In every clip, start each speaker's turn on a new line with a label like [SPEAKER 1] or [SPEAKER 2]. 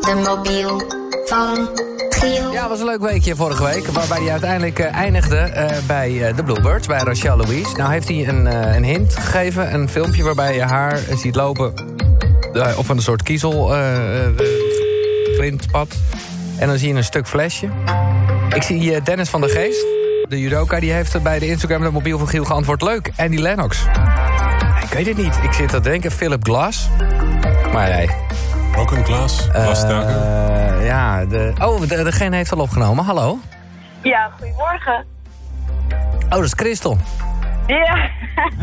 [SPEAKER 1] de mobiel van Giel.
[SPEAKER 2] Ja, het was een leuk weekje vorige week. Waarbij hij uiteindelijk eh, eindigde eh, bij eh, de Bluebirds, bij Rachel Louise. Nou heeft hij een, eh, een hint gegeven, een filmpje waarbij je haar eh, ziet lopen eh, op een soort kiezel eh, eh, printpad. En dan zie je een stuk flesje. Ik zie eh, Dennis van der Geest, de judoka, die heeft bij de Instagram de mobiel van Giel geantwoord leuk. En die Lennox. Ik weet het niet. Ik zit te denken, Philip Glass. Maar nee.
[SPEAKER 3] Ook een glas, glastuiger.
[SPEAKER 2] Eh, ja, de... Oh, de, degene heeft al opgenomen. Hallo.
[SPEAKER 4] Ja, goedemorgen.
[SPEAKER 2] Oh, dat is Christel.
[SPEAKER 4] Ja.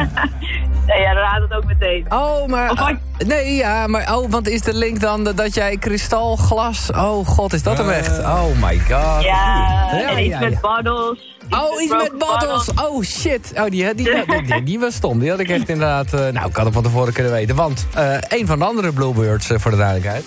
[SPEAKER 4] nee, ja, dan raadt het ook meteen.
[SPEAKER 2] Oh, maar...
[SPEAKER 4] Oh, hoi.
[SPEAKER 2] oh, nee, ja, maar... Oh, want is de link dan de- dat jij kristalglas... Oh, god, is dat hem
[SPEAKER 3] Eh.
[SPEAKER 2] echt? Oh, my god.
[SPEAKER 4] Ja, en iets
[SPEAKER 2] ja, ja.
[SPEAKER 4] met bottles.
[SPEAKER 2] Oh, iets met
[SPEAKER 4] broken
[SPEAKER 2] bottles. Oh, shit. Oh, die, die, die, die, die was stom. Die had ik echt inderdaad... eh, nou, ik had hem van tevoren kunnen weten. Want eh, een van de andere Bluebirds, eh, voor de duidelijkheid...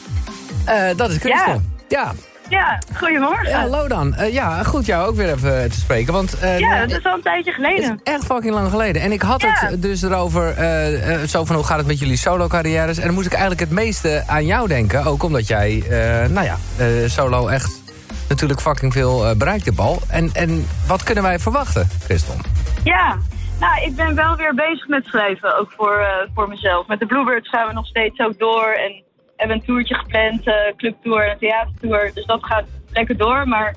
[SPEAKER 2] eh, dat is Christel.
[SPEAKER 4] Ja.
[SPEAKER 2] Ja.
[SPEAKER 4] Ja, goedemorgen.
[SPEAKER 2] Ja,
[SPEAKER 4] Ja,
[SPEAKER 2] hallo dan. Eh, ja, goed jou ook weer even eh, te spreken. Want eh,
[SPEAKER 4] dat is al een tijdje
[SPEAKER 2] Het
[SPEAKER 4] geleden.
[SPEAKER 2] is echt fucking lang geleden. En ik had
[SPEAKER 4] Ja.
[SPEAKER 2] het dus erover, eh, eh, zo van hoe gaat het met jullie solo-carrières? En dan moest ik eigenlijk het meeste aan jou denken. Ook omdat jij, eh, nou ja, eh, solo echt natuurlijk fucking veel eh, bereikt hebt al. En, en wat kunnen wij verwachten, Christel?
[SPEAKER 4] Ja, nou, ik ben wel weer bezig met schrijven, ook voor, eh, voor mezelf. Met de Bluebirds gaan we nog steeds ook door en hebben een toertje gepland, eh clubtour en een theatertour. Dus dat gaat lekker door, maar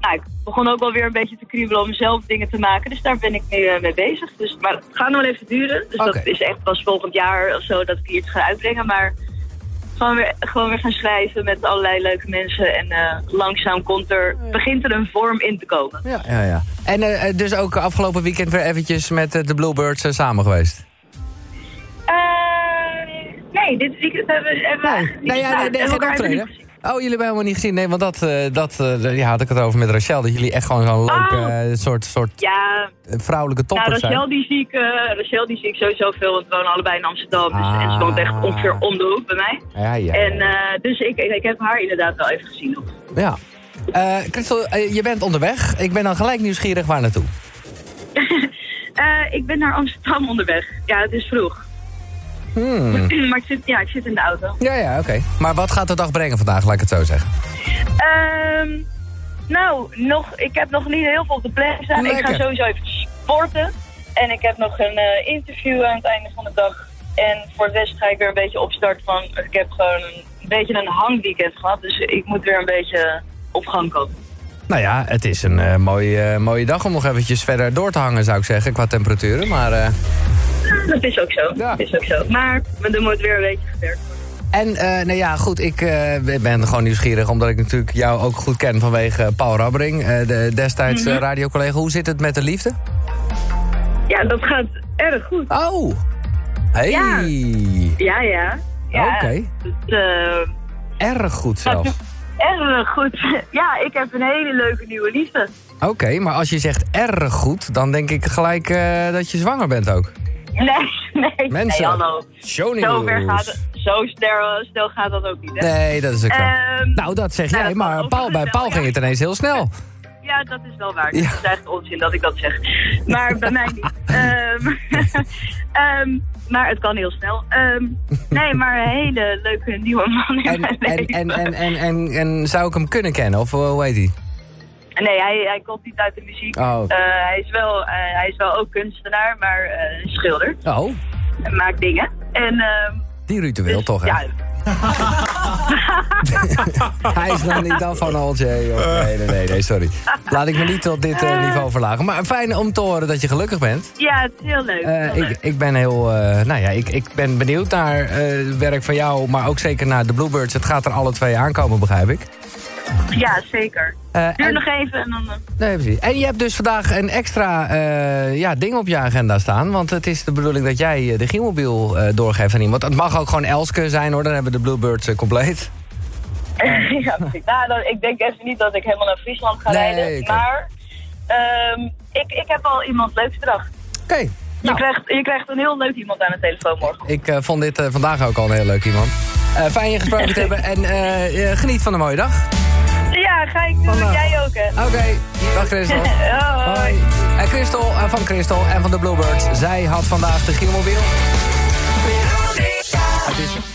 [SPEAKER 4] nou, ik begon ook wel weer een beetje te kriebelen om zelf dingen te maken. Dus daar ben ik nu eh, mee bezig. Dus, maar het gaat nog wel even duren, dus
[SPEAKER 2] Oké.
[SPEAKER 4] dat is echt pas volgend jaar of zo dat ik hier iets ga uitbrengen. Maar gewoon weer, gewoon weer gaan schrijven met allerlei leuke mensen en eh, langzaam komt er, begint er een vorm in te komen.
[SPEAKER 2] Ja, ja, ja. En eh, eh, dus ook afgelopen weekend weer eventjes met eh, de Bluebirds eh, samen geweest?
[SPEAKER 4] Eh, nee, dit weekend hebben we... hebben we eigenlijk niet
[SPEAKER 2] Nou ja,
[SPEAKER 4] gedaan.
[SPEAKER 2] nee, nee,
[SPEAKER 4] En
[SPEAKER 2] geen
[SPEAKER 4] elkaar hebben we
[SPEAKER 2] optreden.
[SPEAKER 4] niet gezien.
[SPEAKER 2] Oh, jullie hebben helemaal niet gezien. Nee, want dat, eh, dat eh, ja, had ik het over met Rachel. Dat jullie echt gewoon zo'n leuk
[SPEAKER 4] Oh.
[SPEAKER 2] eh, soort, soort
[SPEAKER 4] Ja,
[SPEAKER 2] vrouwelijke
[SPEAKER 4] nou,
[SPEAKER 2] toppers zijn.
[SPEAKER 4] Rachel die, zie ik, eh, Rachel die zie ik sowieso veel, want we wonen allebei in Amsterdam. Dus, En ze woont echt
[SPEAKER 2] Ah.
[SPEAKER 4] ongeveer om de hoek bij mij.
[SPEAKER 2] Ja, ja,
[SPEAKER 4] En,
[SPEAKER 2] ja.
[SPEAKER 4] eh, dus ik, ik, ik heb haar inderdaad wel even gezien. nog.
[SPEAKER 2] Ja. Eh Christel, eh, je bent onderweg. Ik ben dan gelijk nieuwsgierig waar naartoe.
[SPEAKER 4] Eh, ik ben naar Amsterdam onderweg. Ja, het is vroeg. maar ik zit, ja, ik zit in de auto.
[SPEAKER 2] Ja, ja, oké. Maar wat gaat de dag brengen vandaag, laat ik het zo zeggen?
[SPEAKER 4] Ehm, nou, nog, ik heb nog niet heel veel op de plek staan. Ik
[SPEAKER 2] Lekker.
[SPEAKER 4] ga sowieso even sporten. En ik heb nog een eh, interview aan het einde van de dag. En voor de rest ga ik weer een beetje opstarten van... Ik heb gewoon een beetje een hangweekend gehad. Dus ik moet weer een beetje op gang komen.
[SPEAKER 2] Nou ja, het is een eh, mooie, eh, mooie dag om nog eventjes verder door te hangen, zou ik zeggen, qua temperaturen. Maar, eh,
[SPEAKER 4] Dat is ook zo.
[SPEAKER 2] Ja.
[SPEAKER 4] Dat is ook zo. Maar er moet weer een beetje gewerkt
[SPEAKER 2] En,
[SPEAKER 4] worden.
[SPEAKER 2] eh, nou ja, goed, ik eh, ben gewoon nieuwsgierig, omdat ik natuurlijk jou ook goed ken vanwege eh, Paul Rabbering, eh, de destijds eh, radiocollega. Hoe zit het met de liefde?
[SPEAKER 4] Ja, dat gaat erg goed.
[SPEAKER 2] Oh! Hey!
[SPEAKER 4] Ja. Ja, ja. ja.
[SPEAKER 2] Oké.
[SPEAKER 4] Dus, eh,
[SPEAKER 2] Erg goed
[SPEAKER 4] dat
[SPEAKER 2] zelfs.
[SPEAKER 4] is erg goed. Ja, ik heb een hele leuke nieuwe liefde.
[SPEAKER 2] Oké, maar als je zegt erg goed, dan denk ik gelijk eh, dat je zwanger bent ook.
[SPEAKER 4] Nee, nee.
[SPEAKER 2] Mensen,
[SPEAKER 4] Nee, hallo.
[SPEAKER 2] show
[SPEAKER 4] Zo, ver
[SPEAKER 2] nieuws.
[SPEAKER 4] gaat het, zo snel, snel gaat dat ook niet, hè?
[SPEAKER 2] Nee, dat is ook zo.
[SPEAKER 4] Ehm,
[SPEAKER 2] nou, dat zeg
[SPEAKER 4] nou,
[SPEAKER 2] jij,
[SPEAKER 4] dat kan
[SPEAKER 2] maar
[SPEAKER 4] ook
[SPEAKER 2] Paul, bij
[SPEAKER 4] wel,
[SPEAKER 2] Paul
[SPEAKER 4] ja.
[SPEAKER 2] ging het ineens heel snel.
[SPEAKER 4] Ja, dat is wel waar.
[SPEAKER 2] Ja.
[SPEAKER 4] Het is echt onzin dat ik dat zeg. Maar bij mij niet. Ehm, ehm, maar het kan heel snel. Ehm, nee, maar een hele leuke nieuwe man in
[SPEAKER 2] En,
[SPEAKER 4] mijn
[SPEAKER 2] en,
[SPEAKER 4] leven.
[SPEAKER 2] en, en, en, en, en zou ik hem kunnen kennen, of eh, hoe heet hij?
[SPEAKER 4] Nee, hij, hij komt niet uit de muziek.
[SPEAKER 2] Oh.
[SPEAKER 4] Eh, hij, is wel, eh, hij is wel ook kunstenaar, maar eh, schilder.
[SPEAKER 2] Oh,
[SPEAKER 4] En maakt dingen. En, ehm,
[SPEAKER 2] die Ruud de Wild
[SPEAKER 4] dus,
[SPEAKER 2] toch, hè?
[SPEAKER 4] ja,
[SPEAKER 2] Hij is nog niet dan van Olje. joh. Nee, nee, nee, nee, sorry. Laat ik me niet tot dit eh, niveau verlagen. Maar fijn om te horen dat je gelukkig bent.
[SPEAKER 4] ja, het is heel leuk.
[SPEAKER 2] Eh,
[SPEAKER 4] heel leuk.
[SPEAKER 2] ik, ik ben heel, eh, nou ja, ik, ik ben benieuwd naar eh, het werk van jou, maar ook zeker naar de Bluebirds. Het gaat er alle twee aankomen, begrijp ik.
[SPEAKER 4] Ja, zeker.
[SPEAKER 2] Eh,
[SPEAKER 4] Duur
[SPEAKER 2] en-
[SPEAKER 4] nog even en dan... eh,
[SPEAKER 2] Nee, precies. En je hebt dus vandaag een extra eh, ja, ding op je agenda staan. Want het is de bedoeling dat jij eh, de Gielmobiel eh, doorgeeft aan iemand. Het mag ook gewoon Elske zijn hoor, dan hebben we de Bluebirds eh, compleet.
[SPEAKER 4] ja, precies. Nou, dan- ik denk even niet dat ik helemaal naar Friesland ga
[SPEAKER 2] Nee,
[SPEAKER 4] rijden.
[SPEAKER 2] oké.
[SPEAKER 4] Maar ehm, ik, ik heb al iemand leuks bedacht.
[SPEAKER 2] Oké.
[SPEAKER 4] Je,
[SPEAKER 2] Nou,
[SPEAKER 4] krijgt, je krijgt een heel leuk iemand aan de telefoon morgen.
[SPEAKER 2] ik eh, vond dit eh, vandaag ook al een heel leuk iemand. Eh, fijn je gesproken te hebben en eh, eh, geniet van een mooie dag.
[SPEAKER 4] Ja, ga ik doen.
[SPEAKER 2] Vandaag.
[SPEAKER 4] Jij ook, hè?
[SPEAKER 2] Oké, dag Christel.
[SPEAKER 4] Hoi.
[SPEAKER 2] Hoi. En Christel eh, van Christel en van de Bluebirds. Zij had vandaag de Gielmobiel. Het is